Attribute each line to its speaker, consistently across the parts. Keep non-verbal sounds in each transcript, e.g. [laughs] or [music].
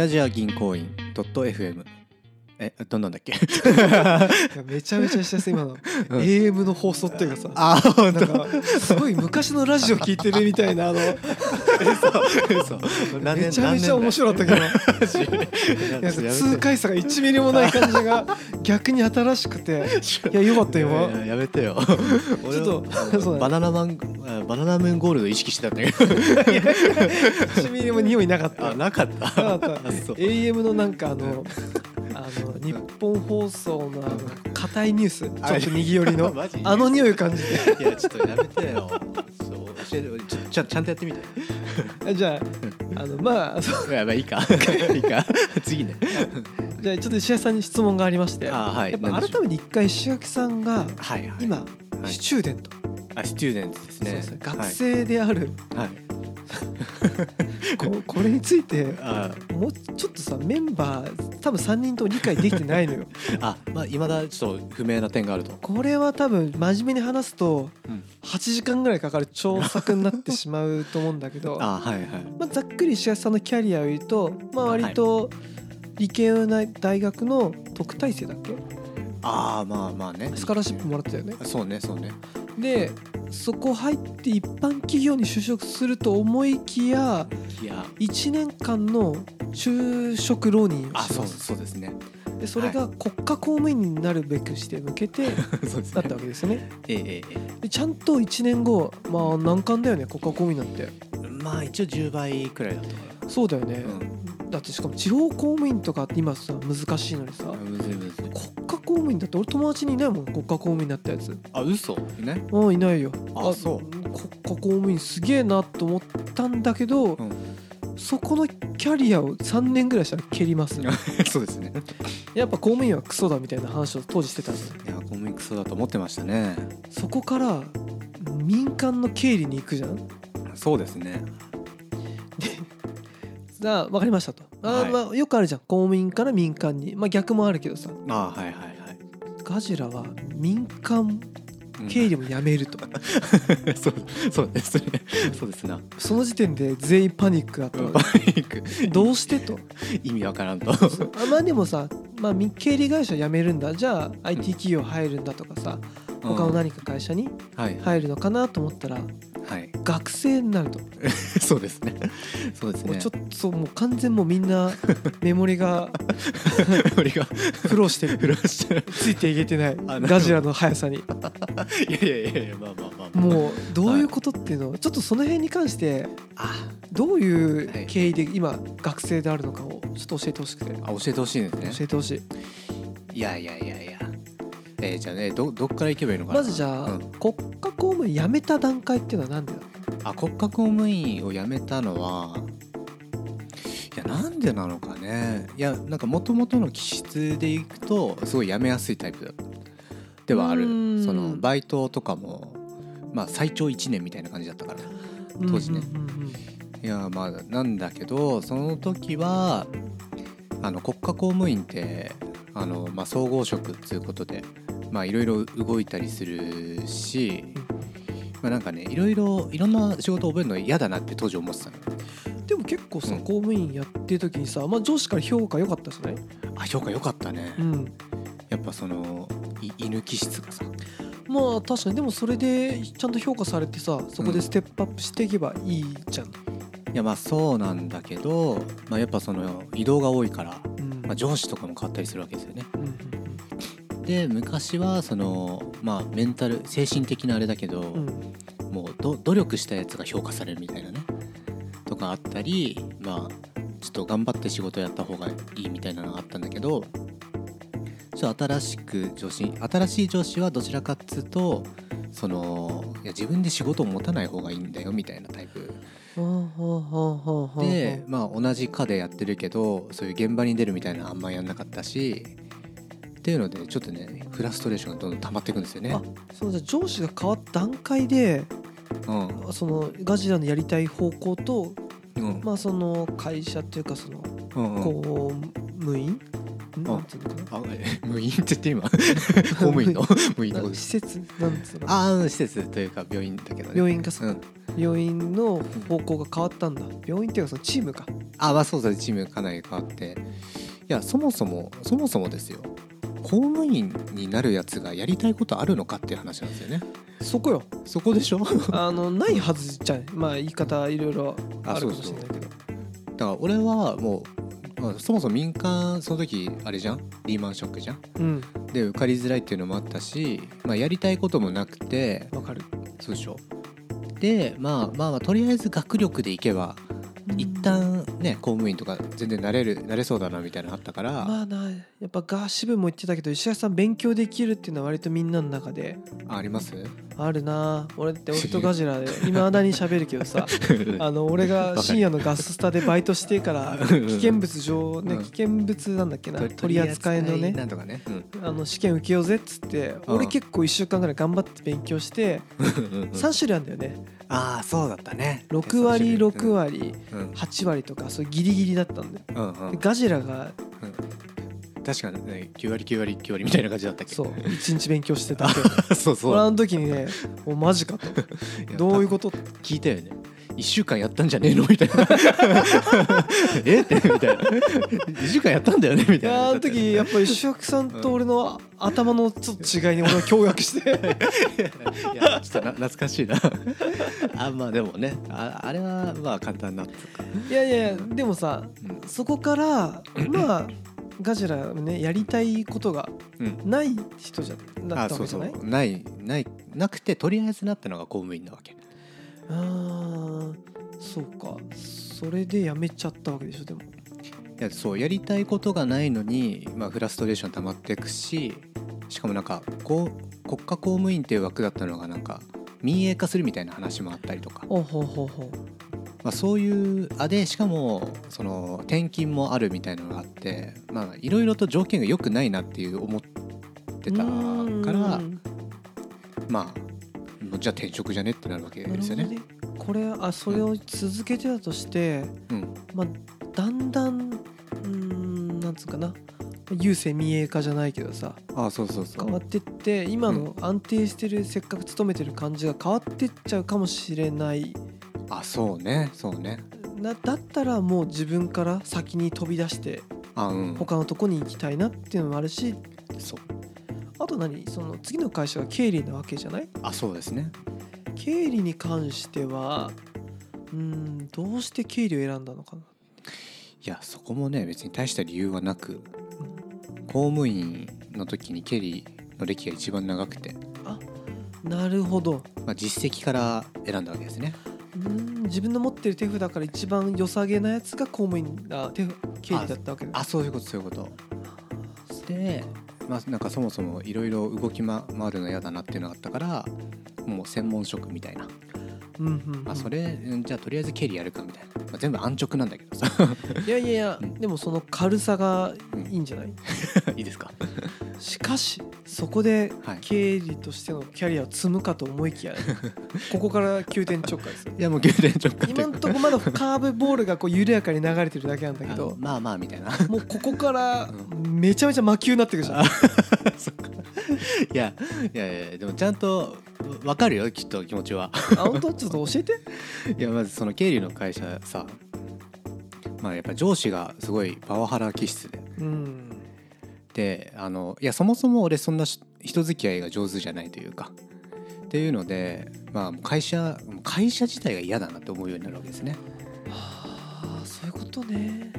Speaker 1: アジア銀行員 .fm えどんなんだっけ
Speaker 2: めちゃめちゃした今の
Speaker 1: [laughs] うん
Speaker 2: AM の放送っていうかさ
Speaker 1: あ本
Speaker 2: なんかすごい昔のラジオ聞いてるみたいなあの
Speaker 1: 嘘嘘何年
Speaker 2: めちゃめちゃ面白かったけどいや痛快さが1ミリもない感じが逆に新し
Speaker 1: [laughs]
Speaker 2: くていやよかった
Speaker 1: いやい
Speaker 2: 今
Speaker 1: ややめてよ
Speaker 2: [laughs] ちょっとそうだ
Speaker 1: バ
Speaker 2: ね
Speaker 1: ナナマンあバナナムーンゴールド意識してたんだけど [laughs]
Speaker 2: 1ミリも匂いなかった
Speaker 1: あなか
Speaker 2: [laughs]
Speaker 1: った
Speaker 2: なかった
Speaker 1: あそう
Speaker 2: AM のなんかあのあの日本放送のあの硬いニュースちょっと右寄り
Speaker 1: [laughs]
Speaker 2: の
Speaker 1: マジ
Speaker 2: あの匂いを感じ
Speaker 1: いやちょっとやめてよそう教えてちょちゃんちゃんとやってみて
Speaker 2: てじゃああのまあそう
Speaker 1: いやまあい
Speaker 2: [laughs]
Speaker 1: いかいいか次ね
Speaker 2: じゃあちょっと石垣さんに質問がありまして
Speaker 1: あはい
Speaker 2: やっぱ
Speaker 1: 何でしょ
Speaker 2: 改めて一回石垣さんが
Speaker 1: はいはい
Speaker 2: 今、
Speaker 1: い
Speaker 2: スチューデント、
Speaker 1: あスチューデンツですね
Speaker 2: そうそう学生である、
Speaker 1: [laughs] はい、はい、
Speaker 2: ここれについて
Speaker 1: あ
Speaker 2: もうちょっとさメンバー多分3人とも理解できてない
Speaker 1: [laughs]
Speaker 2: のよ
Speaker 1: あまあいまだちょっと不明な点があると、
Speaker 2: これは多分真面目に話すと
Speaker 1: うん、
Speaker 2: 8時間ぐらいかかる調索になってしまうと思うんだけど
Speaker 1: あはいはい
Speaker 2: まあ、ざっくり石橋さんのキャリアを言うと、まあ、割と理系の大学の特待生だっけ
Speaker 1: ああまあまあね
Speaker 2: スカラシップもらってたよね
Speaker 1: そうねそうね
Speaker 2: でそこ入って一般企業に就職すると思いきや
Speaker 1: いや
Speaker 2: 1年間の就職浪人をしま
Speaker 1: あ
Speaker 2: す
Speaker 1: そうそうですね [laughs]
Speaker 2: でそれが国家公務員になるべくして向
Speaker 1: [laughs]
Speaker 2: けて
Speaker 1: そうです
Speaker 2: だ
Speaker 1: ね
Speaker 2: ったわけですよね
Speaker 1: ええええ
Speaker 2: でちゃんと1年後まあ難関だよね国家公務員なんて
Speaker 1: ええまあ一応10倍くらいだったか
Speaker 2: そうだよね
Speaker 1: ら、、うん
Speaker 2: だってしかも地方公務員とかって今さ難しいのにさ、
Speaker 1: あむずいむずい
Speaker 2: 国家公務員だって俺友達にいないもん国家公務員だったやつ
Speaker 1: あ嘘ね
Speaker 2: うんいないよ
Speaker 1: あそう
Speaker 2: 国家公務員すげえなと思ったんだけど、
Speaker 1: うん [laughs]
Speaker 2: そこのキャリアを3年ぐらいしたら蹴ります
Speaker 1: [laughs] そうですね
Speaker 2: やっぱ公務員はクソだみたいな話を当時してたんです
Speaker 1: いや公務員クソだと思ってましたね
Speaker 2: そこから民間の経理に行くじゃんで
Speaker 1: そうですね
Speaker 2: あ分かりましたとあ、
Speaker 1: はい
Speaker 2: まあ、よくあるじゃん公務員から民間にまあ逆もあるけどさ
Speaker 1: あはいはいはい
Speaker 2: ガジラは民間
Speaker 1: うん
Speaker 2: 経理も辞めると、
Speaker 1: [laughs] そうそうですねそうですな
Speaker 2: その時点で全員パニックだった
Speaker 1: パ
Speaker 2: の
Speaker 1: ニ
Speaker 2: ね
Speaker 1: ック
Speaker 2: どうしてと
Speaker 1: 意味わからんと
Speaker 2: あまあでもさ、まあ、み経理会社辞めるんだじゃあ IT 企業入るんだとかさ他の何か会社に
Speaker 1: はいはい、
Speaker 2: 入るのかなと思ったら
Speaker 1: はい、
Speaker 2: 学生になると、
Speaker 1: そうですねそうです
Speaker 2: もう
Speaker 1: ね
Speaker 2: ちょっともう完全もうみんなメモリが
Speaker 1: と [laughs] 俺が
Speaker 2: 苦労
Speaker 1: [laughs]
Speaker 2: してる
Speaker 1: フラッシュ
Speaker 2: ついていけてない
Speaker 1: なるほど
Speaker 2: ガジラの速さに
Speaker 1: いやいやいやいやまあまあまあ、まあ、
Speaker 2: もうどういうことっていうのをちょっとその辺に関して
Speaker 1: あ
Speaker 2: どうい
Speaker 1: は
Speaker 2: う
Speaker 1: い
Speaker 2: 経緯で今学生であるのかをちょっと教えてほしくて教
Speaker 1: あ教えてほしいですね
Speaker 2: えてほしい
Speaker 1: いやいやいやいやえー、じゃあねどどっから行けばいいのかな
Speaker 2: まずじゃあ
Speaker 1: うん
Speaker 2: 国家公務員辞めた段階っていうのは何でだ
Speaker 1: あ国家公務員を辞めたのはいやなんでなのかねいやなんかもともとの気質でいくとすごい辞めやすいタイプだではあ
Speaker 2: うーん
Speaker 1: るそのバイトとかもまあ最長1年みたいな感じだったから当時ね
Speaker 2: うんうんうんうん
Speaker 1: いやまあなんだけどその時はあの国家公務員ってあの、まあ、総合職っていうことでまあいろいろ動いたりするし、まあ、なんかねいろいろいろんな仕事を覚えるの嫌だなって当時思ってたの
Speaker 2: でも結構さ、
Speaker 1: うん
Speaker 2: 公務員やってる時にさ、まあ、上司から評価良かったじゃない、
Speaker 1: あ評価良かったね、
Speaker 2: ん、
Speaker 1: やっぱそのい犬気質がさ
Speaker 2: まあ確かにでもそれでちゃんと評価されてさそこでステップアップしていけばいいじゃん、
Speaker 1: いやまあそうなんだけど、まあ、やっぱその移動が多いから、
Speaker 2: うん
Speaker 1: まあ、上司とかも変わったりするわけですよね
Speaker 2: うんうん
Speaker 1: で昔はそのまあメンタル精神的なあれだけど、
Speaker 2: うんうん
Speaker 1: もうど努力したやつが評価されるみたいなねとかあったりまあちょっと頑張って仕事やった方がいいみたいなのがあったんだけどちょっと新しく上司新しい上司はどちらかっつうとそのいや自分で仕事を持たない方がいいんだよみたいなタイプ
Speaker 2: ほうほうほうほうほう
Speaker 1: で、まあ、同じ課でやってるけどそういう現場に出るみたいなのあんまやんなかったしっていうのでちょっとねフラストレーションがどんどん溜まっていくんですよね
Speaker 2: あ。そのじゃあ上司が変わった段階で
Speaker 1: うん
Speaker 2: そのガジラのやりたい方向と、
Speaker 1: うん
Speaker 2: まあ、その会社っていうかその
Speaker 1: うんうん
Speaker 2: 公務員なんつうの
Speaker 1: [laughs]
Speaker 2: かな
Speaker 1: あえ無院って言って今公務 [laughs] 員の無院のこ
Speaker 2: [laughs] なん
Speaker 1: とで
Speaker 2: か施
Speaker 1: す
Speaker 2: 設なんつうの
Speaker 1: ああうん施設というか病院だけどね
Speaker 2: 病院かそっか
Speaker 1: うん
Speaker 2: 病院の方向が変わったんだ病院っていうかそのチームか
Speaker 1: あまあそうそうチームかなり変わっていやそもそもそもそもですよ公務員になるやつがやりたいことあるのかっていう話なんですよね
Speaker 2: そこ
Speaker 1: [laughs]
Speaker 2: よ
Speaker 1: そこでしょだか
Speaker 2: あのないはずじゃんまあ言い方いろいろあるかもしれないけど
Speaker 1: ら俺はもう、まあそもそも民間その時あれじゃんリーマンショックじゃん
Speaker 2: うん
Speaker 1: で受かりづらいっていうのもあったし、まあ、やりたいこともなくて
Speaker 2: わかる
Speaker 1: そうでしょでまあまあまあとりあえず学力でいけば一旦ね公務員とか全然なれるなれそうだなみたいなのあったから、
Speaker 2: まあなやっぱガーシブも言ってたけど石橋さん勉強できるっていうのは割とみんなの中で
Speaker 1: あ、あります
Speaker 2: あるな俺って俺とガジ
Speaker 1: [laughs]
Speaker 2: ラでいまだに喋るけどさあの俺
Speaker 1: わか
Speaker 2: が
Speaker 1: る
Speaker 2: 深夜のガススタでバイトしてから
Speaker 1: うん
Speaker 2: 危険物上ね
Speaker 1: うん
Speaker 2: 危険物なんだっけな取り扱いの
Speaker 1: 取り扱い
Speaker 2: ね
Speaker 1: なんとかね、
Speaker 2: あの試験受けようぜっつって
Speaker 1: うん
Speaker 2: 俺結構1週間ぐらい頑張って勉強して3種類あるんだよね
Speaker 1: ああそうだったね
Speaker 2: 6割6
Speaker 1: 割
Speaker 2: 割
Speaker 1: うん
Speaker 2: 8割とかそうギリギリだったんだよ
Speaker 1: うんうん
Speaker 2: でガジラが
Speaker 1: 確かにね9割9割9割みたいな感じだったっけ
Speaker 2: そう1日勉強してたわけよ
Speaker 1: [laughs] そうそう
Speaker 2: 俺あの時にね「おマジか」と「どういうこと?」
Speaker 1: と聞いたよね1週間やったんじゃねえのみたい
Speaker 2: [laughs]
Speaker 1: な [laughs] えってみたいな1週間やったんだよねみ
Speaker 2: い
Speaker 1: たいな
Speaker 2: やーあの時やっぱ石垣さんと俺の頭のちょっと違いに俺は驚愕して
Speaker 1: いやちょっとな懐かしいなあまあでもねああれはまあ簡単なっていうか、
Speaker 2: いやいやいやでもさ
Speaker 1: うん
Speaker 2: そこ
Speaker 1: [clears throat]
Speaker 2: からまあガジラねやりたいことが
Speaker 1: うん
Speaker 2: ない人じゃだ
Speaker 1: あ
Speaker 2: った
Speaker 1: そ
Speaker 2: わけ
Speaker 1: う
Speaker 2: じ
Speaker 1: そ
Speaker 2: ゃないう
Speaker 1: ないないなくてとりあえずなったのが公務員なわけ
Speaker 2: あーそうかそれで辞めちゃったわけでしょでも
Speaker 1: いやそうやりたいことがないのに、まあ、フラストレーション溜まっていくししかもなんかこう国家公務員っていう枠だったのがなんか民営化するみたいな話もあったりとか、
Speaker 2: ほうほうほうほ
Speaker 1: まあ、そういうあでしかもその転勤もあるみたいなのがあってまあいろいろと条件が良くないなっていう思ってたからまあもうじゃあ転職じゃねってなるわけですよね。
Speaker 2: なるほどねこれあそれを続けてたとして、
Speaker 1: うん
Speaker 2: まあ、だんだんうーんなんつうかな郵政民営化じゃないけどさ
Speaker 1: あそうそうそ
Speaker 2: 変わ
Speaker 1: う。
Speaker 2: ってって今の安定してる、せっかく勤めてる感じが変わってっちゃうかもしれない
Speaker 1: あそうねそうね。
Speaker 2: なだったらもう自分から先に飛び出して
Speaker 1: あうん。
Speaker 2: 他のとこに行きたいなっていうのもあるし
Speaker 1: そう
Speaker 2: あと何その次の会社が経理なわけじゃない
Speaker 1: あそうですね。
Speaker 2: 経理に関してはうーんどうして経理を選んだのかない
Speaker 1: やそこもね別に大した理由はなく公務員の時に経理の歴が一番長くて、
Speaker 2: なるほど
Speaker 1: まあ、実績から選んだわけですね。
Speaker 2: うーん自分の持ってる手札から一番良さげなやつが公務員あ手札経理だったわけだ
Speaker 1: あそういうことそういうこと。でまあなんかそもそもいろいろ動きま回るの嫌だなっていうのがあったからもう専門職みたいな。
Speaker 2: うんうん、うん、
Speaker 1: あそれうんじゃあとりあえず経理やるかみたいな、まあ、全部安直なんだけどさ
Speaker 2: いやいやいや、
Speaker 1: うん
Speaker 2: でもその軽さがいいんじゃない、
Speaker 1: いいですか
Speaker 2: しかしそこで
Speaker 1: はい
Speaker 2: 経理としてのキャリアを積むかと思いき
Speaker 1: [laughs]
Speaker 2: や、ここから急転直下ですよ
Speaker 1: いやもう宮殿直下
Speaker 2: 今んとこまだカーブボールがこう緩やかに流れてるだけなんだけど
Speaker 1: まあまあみたいな
Speaker 2: もうここからめちゃめちゃ魔球になってくるじゃん
Speaker 1: そっかいやいやいやでもちゃんとわかるよきっと気持ちは [laughs]
Speaker 2: あ本当ちょっと教えて
Speaker 1: いやまずその経理の会社さまあやっぱ上司がすごいパワハラ気質で
Speaker 2: うん
Speaker 1: であのいやそもそも俺そんなし人付き合いが上手じゃないというかっていうのでまあ会社会社自体が嫌だなって思うようになるわけですね
Speaker 2: はあそういうことね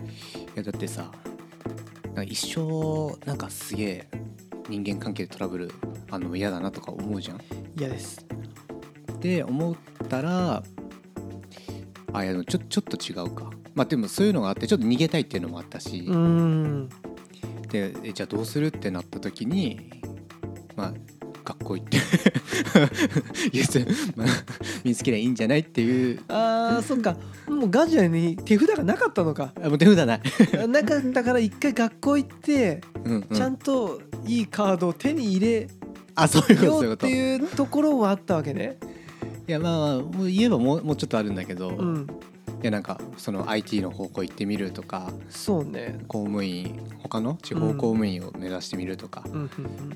Speaker 1: いやだってさなんか一生なんかすげえ人間関係でトラブルあの嫌だなとか思うじゃん
Speaker 2: 嫌です
Speaker 1: って思ったらあいやでもちょちょっと違うかまあでもそういうのがあってちょっと逃げたいっていうのもあったし、
Speaker 2: うん
Speaker 1: でえじゃあどうするってなった時にまあ学校行って [laughs] いやそれまあ見つけりゃいいんじゃないっていう
Speaker 2: あーそっかもうガジュアに手札がなかったのか
Speaker 1: [laughs] あもう手札ない、
Speaker 2: なかったから一回学校行って
Speaker 1: うんうん
Speaker 2: ちゃんといいカードを手に入れ
Speaker 1: あそういうこと
Speaker 2: よ
Speaker 1: そういう
Speaker 2: う
Speaker 1: ことい
Speaker 2: っていうところもあったわけね。
Speaker 1: やまあまあもう言えばもうもうちょっとあるんだけど、
Speaker 2: うん、
Speaker 1: でなんかその IT の方向行ってみるとか
Speaker 2: そうね
Speaker 1: 公務員他の地方公務員を目指してみるとか
Speaker 2: うんうん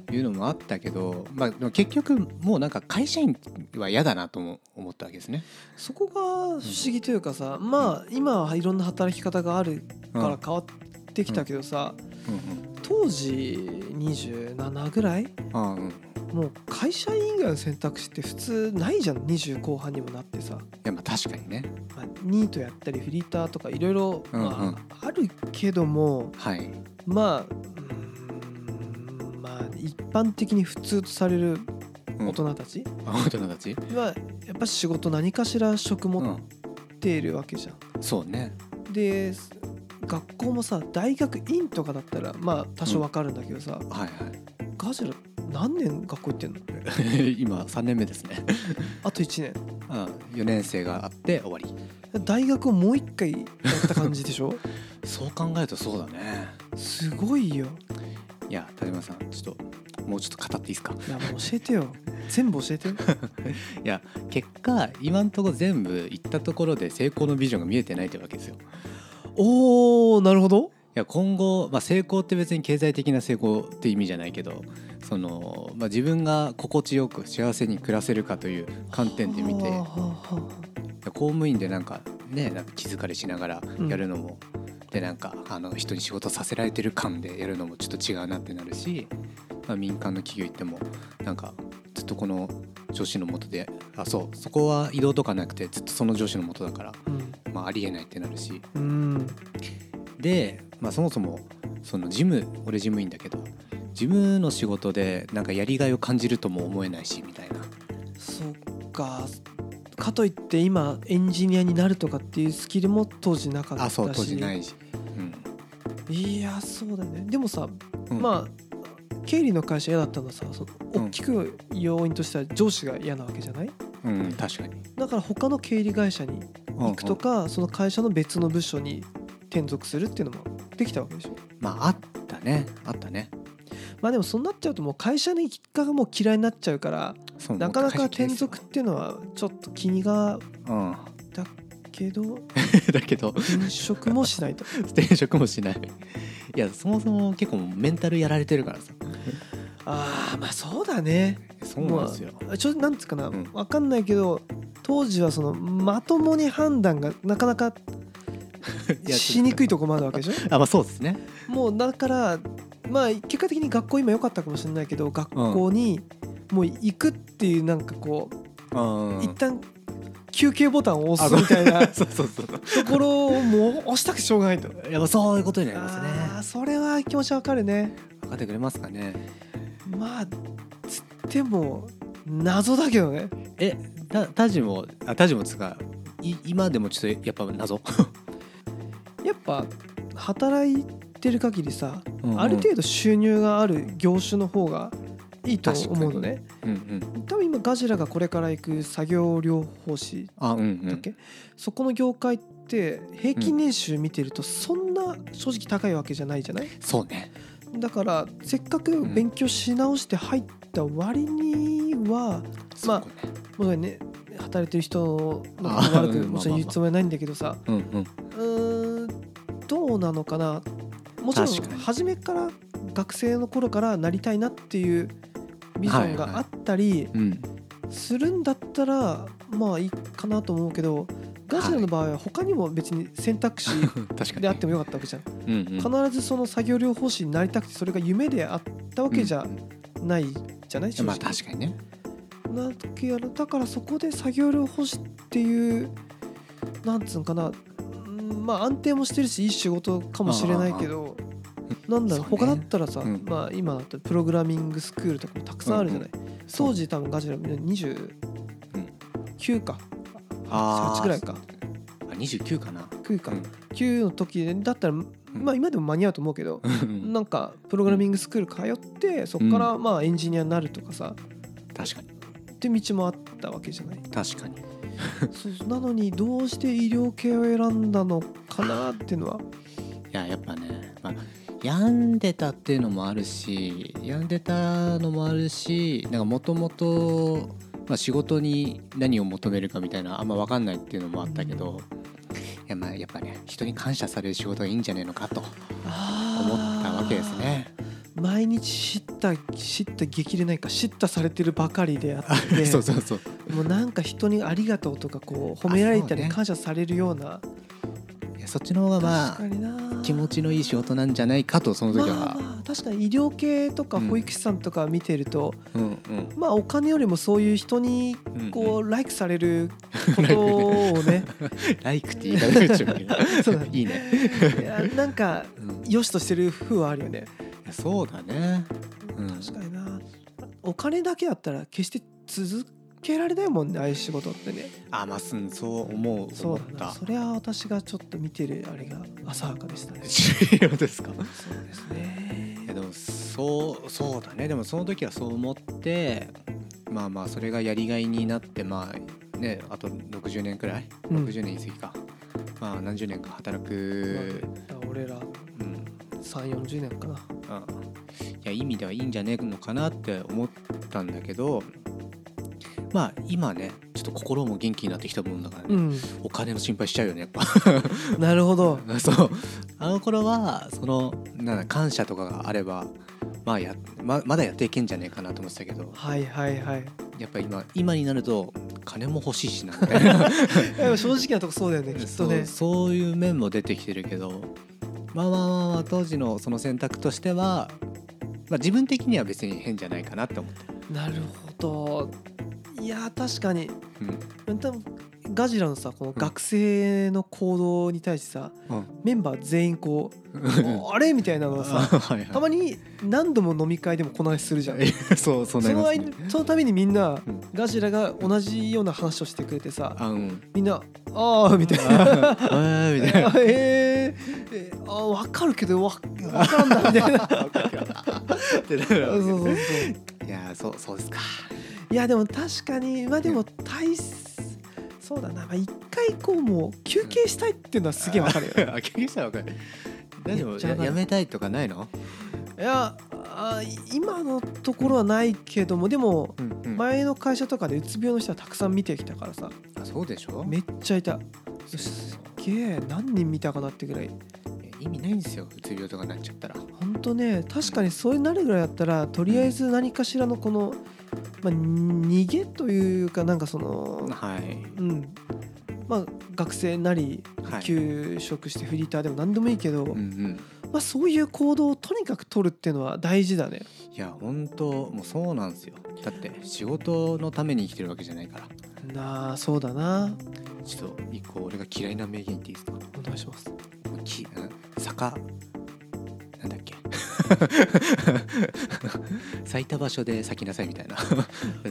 Speaker 2: うん
Speaker 1: いうのもあったけど、まあ、でも結局もうなんか会社員は嫌だなとも思ったわけですね。
Speaker 2: そこが不思議というかさまあ今はいろんな働き方がある
Speaker 1: うん
Speaker 2: から変わってきたけどさ
Speaker 1: うんうん
Speaker 2: 当時27ぐらい
Speaker 1: あーうん、い
Speaker 2: もう会社員以外の選択肢って普通ないじゃん20後半にもなってさ、
Speaker 1: やまあ確かにね。
Speaker 2: まあニートやったりフリーターとかいろいろ
Speaker 1: うんうん
Speaker 2: まああるけども
Speaker 1: はい、
Speaker 2: まあうーんまあ一般的に普通とされる
Speaker 1: うん
Speaker 2: 大人たち
Speaker 1: あ大人たち、
Speaker 2: はやっぱ仕事何かしら職
Speaker 1: う
Speaker 2: 持っ
Speaker 1: ん、
Speaker 2: ているわけじゃん。
Speaker 1: そうね。
Speaker 2: で学校もさ大学院とかだったらまあ多少わかるんだけどさ、
Speaker 1: はい
Speaker 2: ガジラ何年学校
Speaker 1: [laughs]
Speaker 2: 行ってんの
Speaker 1: はい、今3年目ですね、
Speaker 2: あと1
Speaker 1: うん、4年生があって終わり
Speaker 2: 年大学をもう一回やった感じ
Speaker 1: [laughs]
Speaker 2: でしょ
Speaker 1: そう考えるとそうだね
Speaker 2: すごいよ
Speaker 1: いや田島さんちょっともうちょっと語っていいですか
Speaker 2: いやもう教え
Speaker 1: [laughs]
Speaker 2: てよ全部教えてよ
Speaker 1: いや結果今んとこ全部行ったところで成功のビジョンが見えてないというわけですよ
Speaker 2: おーなるほど
Speaker 1: いや今後、まあ、成功って別に経済的な成功って意味じゃないけどその、まあ、自分が心地よく幸せに暮らせるかという観点で見て
Speaker 2: はあはあは
Speaker 1: 公務員でなんかねなんか気づかれしながらやるのも、でなんかあの人に仕事させられてる感でやるのもちょっと違うなってなるし、まあ、民間の企業行ってもなんかずっとこの上司のもとであそうそこは移動とかなくてずっとその上司のもとだから、
Speaker 2: あ
Speaker 1: まあ、ありえないってなるし
Speaker 2: うん、うん、
Speaker 1: で、まあ、そもそもその事務俺事務員だけど事務の仕事でなんかやりがいを感じるとも思えないしみたいな。
Speaker 2: そっかかといって今エンジニアになるとかっていうスキルも当時なかったし
Speaker 1: あそう当時ないし、うん
Speaker 2: いやそうだねでもさ
Speaker 1: うん
Speaker 2: まあ経理の会社嫌だったのはさその
Speaker 1: うん
Speaker 2: 大きく要因としては上司が嫌なわけじゃない
Speaker 1: うん、確かに
Speaker 2: だから他の経理会社に行くとか、その会社の別の部署に転属するっていうのもできたわけでしょ
Speaker 1: まああったねあったね
Speaker 2: まあでもそうなっちゃうともう会社の行き方がもう嫌いになっちゃうから
Speaker 1: そう
Speaker 2: なかなか
Speaker 1: もう会社
Speaker 2: 転
Speaker 1: 嫌いですよ
Speaker 2: 属っていうのはちょっと気に
Speaker 1: う
Speaker 2: が
Speaker 1: ん [laughs]
Speaker 2: だけど
Speaker 1: だけど
Speaker 2: 転職もしないと
Speaker 1: 転職もしないいやそもそも結構メンタルやられてるからさ
Speaker 2: ああまあそうだね
Speaker 1: そうなんですよ、
Speaker 2: ちょっとなんつうかな、
Speaker 1: うん
Speaker 2: わかんないけど当時はそのまともに判断がなか
Speaker 1: [laughs]
Speaker 2: なか
Speaker 1: いや
Speaker 2: しにくいとこもあるわけでしょ
Speaker 1: あまあそうですね
Speaker 2: もうだからまあ結果的に学校今良かったかもしれないけど学校にもう行くっていうなんかこう、
Speaker 1: うん
Speaker 2: 一旦休憩ボタンを押すみたいな [laughs]
Speaker 1: [laughs] そ
Speaker 2: と
Speaker 1: うそうそう
Speaker 2: ころをもう押したくてしょうがないと。
Speaker 1: いやまあそういうことになりますね
Speaker 2: あーそれは気持ちわかるね。
Speaker 1: 分かってくれますかね
Speaker 2: まあつっても謎だけどね。
Speaker 1: えたタジもあタジもつかい今でもちょっとやっぱ謎
Speaker 2: やっぱ働いてる限りさ、
Speaker 1: うんうん
Speaker 2: ある程度収入がある業種の方がいいと思うのね
Speaker 1: うんうん
Speaker 2: 多分今ガジラがこれから行く作業療法士
Speaker 1: あうんうん
Speaker 2: だっけ、そこの業界って平均年収見てるとそんな正直高いわけじゃないじゃない
Speaker 1: そうね
Speaker 2: だからせっかく
Speaker 1: ん
Speaker 2: 勉強し直して入った割には、ま
Speaker 1: そ
Speaker 2: あ
Speaker 1: こね
Speaker 2: もうね働いてる人の
Speaker 1: あー
Speaker 2: 悪く
Speaker 1: うん
Speaker 2: もちろん言うつもりはないんだけどさ、
Speaker 1: うんうん
Speaker 2: うーんどうなのかなもちろん
Speaker 1: 確かに
Speaker 2: 初めから学生の頃からなりたいなっていうビジョンがあったり
Speaker 1: うん [laughs]
Speaker 2: するんだったらまあいいかなと思うけどガジラの場合は他にも別に選
Speaker 1: [laughs]
Speaker 2: 択肢
Speaker 1: 確かに
Speaker 2: であってもよかったわけじゃん
Speaker 1: うんうん
Speaker 2: 必ずその作業療法士になりたくてそれが夢であったわけじゃ
Speaker 1: うんうん
Speaker 2: ないじゃない正
Speaker 1: ま
Speaker 2: 直
Speaker 1: あ確かにね
Speaker 2: なんけやらだからそこで作業療法士っていうなんつうんかなうんまあ安定もしてるしいい仕事かもしれないけどなんだろう
Speaker 1: そうね
Speaker 2: 他だったらさ、
Speaker 1: うん
Speaker 2: まあ、今だとプログラミングスクールとかもたくさんあるじゃない、当時多分ガジラ29か
Speaker 1: あー
Speaker 2: 8ぐらいか
Speaker 1: あ29かな
Speaker 2: 9か、
Speaker 1: うん
Speaker 2: 9の時だったらまあ今でも間に合うと思うけど、
Speaker 1: うん
Speaker 2: なんかプログラミングスクール通ってそこからまあエンジニアになるとかさ、
Speaker 1: 確かに
Speaker 2: って道もあったわけじゃない
Speaker 1: 確かに
Speaker 2: そうそうなのにどうして医療系を選んだのかなっていうのはい
Speaker 1: ややっぱね、まあ、病んでたっていうのもあるし病んでたのもあるしなんかもともと仕事に何を求めるかみたいなあんま分かんないっていうのもあったけど、やまあやっぱね人に感謝される仕事がいいんじゃねえのかと思
Speaker 2: 思
Speaker 1: ったわけですね。
Speaker 2: 毎日叱咤叱咤激励ないか叱咤されてるばかりであって
Speaker 1: [laughs] そうそうそう
Speaker 2: もうなんか人に「ありがとう」とかこう褒められ
Speaker 1: あ
Speaker 2: た
Speaker 1: そう
Speaker 2: り
Speaker 1: ね
Speaker 2: 感謝されるような、
Speaker 1: いやそっちの方がま
Speaker 2: 確かに
Speaker 1: あ
Speaker 2: な
Speaker 1: 気持ちのいい仕事なんじゃないかとその時は、
Speaker 2: まあまあ確かに医療系とか
Speaker 1: うん
Speaker 2: 保育士さんとか見てると、
Speaker 1: うんうん
Speaker 2: まあお金よりもそういう人に
Speaker 1: うんうん
Speaker 2: こう、ライクされることを
Speaker 1: [laughs]
Speaker 2: ね
Speaker 1: ライクって言い方でしょみたいな
Speaker 2: [laughs] そうだね
Speaker 1: いいね、
Speaker 2: いやなんか
Speaker 1: うんい
Speaker 2: 良しとしてる風はあるよね、
Speaker 1: やそうだね、うん、
Speaker 2: 確かになお金だけだったら決して続けられないもんねああいう仕事ってね
Speaker 1: あまあすんそう思う
Speaker 2: そ
Speaker 1: 思
Speaker 2: う
Speaker 1: っ
Speaker 2: だな
Speaker 1: た
Speaker 2: それは私がちょっと見てるあれが浅はかでしたね
Speaker 1: 重要ですか [laughs]
Speaker 2: そうですね
Speaker 1: いやでもそうそうだねでもその時はそう思ってまあまあそれがやりがいになってまあねあと60年くらい、
Speaker 2: うん
Speaker 1: 60年過ぎかまあ何十年か働く、
Speaker 2: まあ俺ら
Speaker 1: うん
Speaker 2: 3 4 0年かな
Speaker 1: あいや意味ではいいんじゃねえのかなって思ったんだけどまあ今ねちょっと心も元気になってきたもんだからね、
Speaker 2: うん
Speaker 1: お金の心配しちゃうよねやっぱ
Speaker 2: [laughs] なるほど
Speaker 1: [laughs] そうあの頃はそのなんだ感謝とかがあればまあやままだやっていけんじゃねえかなと思ってたけど
Speaker 2: はいはいはい
Speaker 1: やっぱ今今になると金も欲しいしなみたい
Speaker 2: [laughs]
Speaker 1: な
Speaker 2: やっぱ正直なとこそうだよねきっと
Speaker 1: そう
Speaker 2: ね
Speaker 1: そういう面も出てきてるけどまあまあまあまあ当時のその選択としては、まあ、自分的には別に変じゃないかなって思って、
Speaker 2: なるほどいや確かに
Speaker 1: うん
Speaker 2: 多分ガジラのさこの学生の行動に対してさ、
Speaker 1: うん
Speaker 2: メンバー全員こ [laughs] うあれみたいなのがさ
Speaker 1: [laughs] はいはい、
Speaker 2: たまに何度も飲み会でもこの話するじゃん
Speaker 1: そうそうなり
Speaker 2: その
Speaker 1: ます
Speaker 2: 間
Speaker 1: ね
Speaker 2: そのためにみんな
Speaker 1: うん
Speaker 2: ガジラが同じような話をしてくれてさ
Speaker 1: あ
Speaker 2: [laughs]
Speaker 1: うん
Speaker 2: みんな「ああ」みたい
Speaker 1: あ
Speaker 2: な
Speaker 1: ーみ
Speaker 2: 「[laughs]
Speaker 1: たいな
Speaker 2: えー、えー、あ分かるけど分かんない」
Speaker 1: [laughs]
Speaker 2: みたいな
Speaker 1: ってなるわ
Speaker 2: そ
Speaker 1: け
Speaker 2: うそうそう
Speaker 1: [laughs] いやーそうそうですか
Speaker 2: いやでも確かにまあでも大すそうだなまあ一回こうもう休憩したいっていうのはすげえ分かる
Speaker 1: [laughs]
Speaker 2: よ
Speaker 1: あ気にしたら分かる大丈
Speaker 2: めっち
Speaker 1: 夫
Speaker 2: ゃ
Speaker 1: や
Speaker 2: わかる
Speaker 1: やめたいとかないの、
Speaker 2: いやあ今のところはないけどもでも
Speaker 1: うんうん
Speaker 2: 前の会社とかでうつ病の人はたくさん見てきたからさ
Speaker 1: あそうでしょ
Speaker 2: めっちゃいた
Speaker 1: そう
Speaker 2: すっげえ何人見たかなってぐら
Speaker 1: い
Speaker 2: い
Speaker 1: や意味ないんですようつ病とかになっちゃったら
Speaker 2: ほんとね確かにそうなるぐらいだったらとりあえず何かしらのこの、まあ、逃げというかなんかその
Speaker 1: はい
Speaker 2: うんまあ学生なり
Speaker 1: はい
Speaker 2: 休職してフリーターでも何でもいいけど、
Speaker 1: うんうん
Speaker 2: まあ、そういう行動をとにかく取るっていうのは大事だね
Speaker 1: いや本当もうそうなんですよだって仕事のために生きてるわけじゃないから
Speaker 2: なあそうだな
Speaker 1: ちょっと一個俺が嫌いな名言言っていいですかも
Speaker 2: お願いし
Speaker 1: [laughs]
Speaker 2: ます
Speaker 1: うきうん坂なん
Speaker 2: [laughs]
Speaker 1: だっけ咲いた場所で咲きなさいみたいな [laughs] なんだ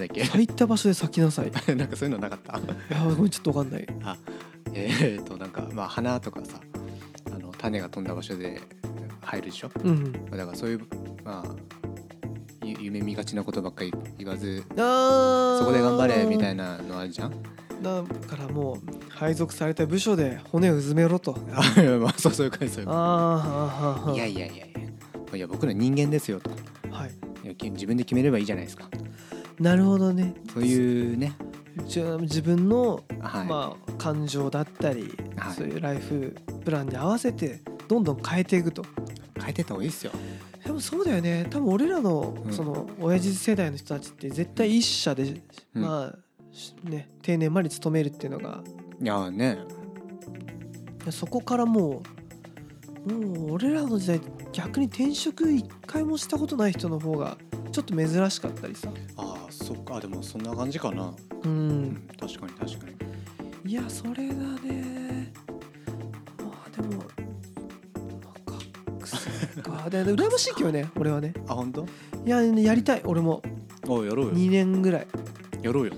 Speaker 1: っけ [laughs]
Speaker 2: 入った場所で咲きなさい。
Speaker 1: なんかそういうのなかった
Speaker 2: あごめんちょっとわかんない。
Speaker 1: あえー、っとなんかまあ花とかさあの種が飛んだ場所で入るでしょ
Speaker 2: うん。
Speaker 1: だからそういうまあゆ夢見がちなことばっかり言わず
Speaker 2: あ
Speaker 1: そこで頑張れみたい
Speaker 2: な。
Speaker 1: なのあるじゃん [laughs]
Speaker 2: だからもう配属された部署で骨をうずめろと。
Speaker 1: あいやまあそうそういう感じそういう感
Speaker 2: ああ
Speaker 1: じいやいやいやいやいや僕ら人間ですよと
Speaker 2: はい。
Speaker 1: いやき自分で決めればいいじゃないですか
Speaker 2: なるほどね。
Speaker 1: そういうね
Speaker 2: じゃあ自分の、
Speaker 1: はい、
Speaker 2: まあ感情だったり、
Speaker 1: はい
Speaker 2: そういうライフプランに合わせてどんどん変えていくと。
Speaker 1: 変えてった方がいいっすよ
Speaker 2: でもそうだよね。多分俺らの、
Speaker 1: うん
Speaker 2: その親父世代の人たちって絶対一社で、
Speaker 1: うん
Speaker 2: まあしね定年まで勤めるっていうのが
Speaker 1: いやね
Speaker 2: いやそこからもうもう俺らの時代逆に転職一回もしたことない人の方がちょっと珍しかったりさ
Speaker 1: ああそっかでもそんな感じかな、
Speaker 2: う
Speaker 1: うんん、確かに確かに
Speaker 2: いやそれだねまあでもまあ学
Speaker 1: [laughs]
Speaker 2: 生かで羨ましいけどね俺はね
Speaker 1: あ本当
Speaker 2: いややりたい俺も
Speaker 1: おうやろうよ
Speaker 2: 2年ぐらい
Speaker 1: や [laughs] ろうよ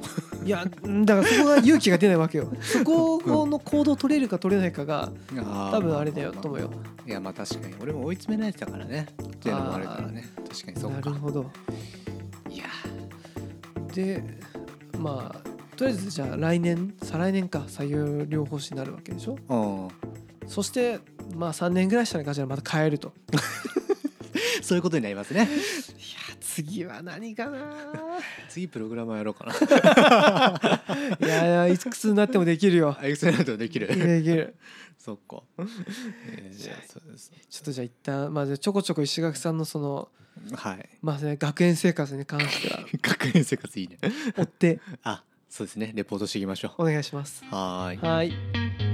Speaker 2: いやうんだからそこが勇気が出ないわ
Speaker 1: [laughs]
Speaker 2: けよそこの行動取れるか取れないかが多
Speaker 1: 多
Speaker 2: 分あれだよと思うよ
Speaker 1: いやまあ確かに俺も追い詰められてたからねっていうのもあるからね確かにそ
Speaker 2: な
Speaker 1: う
Speaker 2: る
Speaker 1: か
Speaker 2: ほど
Speaker 1: いや
Speaker 2: でまあとりあえずじゃあ来年再来年か採用療法士になるわけでしょ
Speaker 1: うん
Speaker 2: そしてまあ3年ぐらいしたらガジラまた変えると
Speaker 1: そういうことになりますね
Speaker 2: いや次は何かな
Speaker 1: 次プログラマーやろうかな
Speaker 2: [laughs] いやいやいくつになってもできるよ
Speaker 1: あエクセルトでき
Speaker 2: でき
Speaker 1: る
Speaker 2: るできる
Speaker 1: そっか、えーじゃあそうです
Speaker 2: ちょっとじゃあ一旦まあじゃあちょこちょこ石垣さんのその
Speaker 1: はい
Speaker 2: まあね学園生活に関しては
Speaker 1: 学園生活いいね
Speaker 2: 追って
Speaker 1: あそうですねレポートしていきましょう
Speaker 2: お願いします
Speaker 1: はーい
Speaker 2: はいい
Speaker 1: 「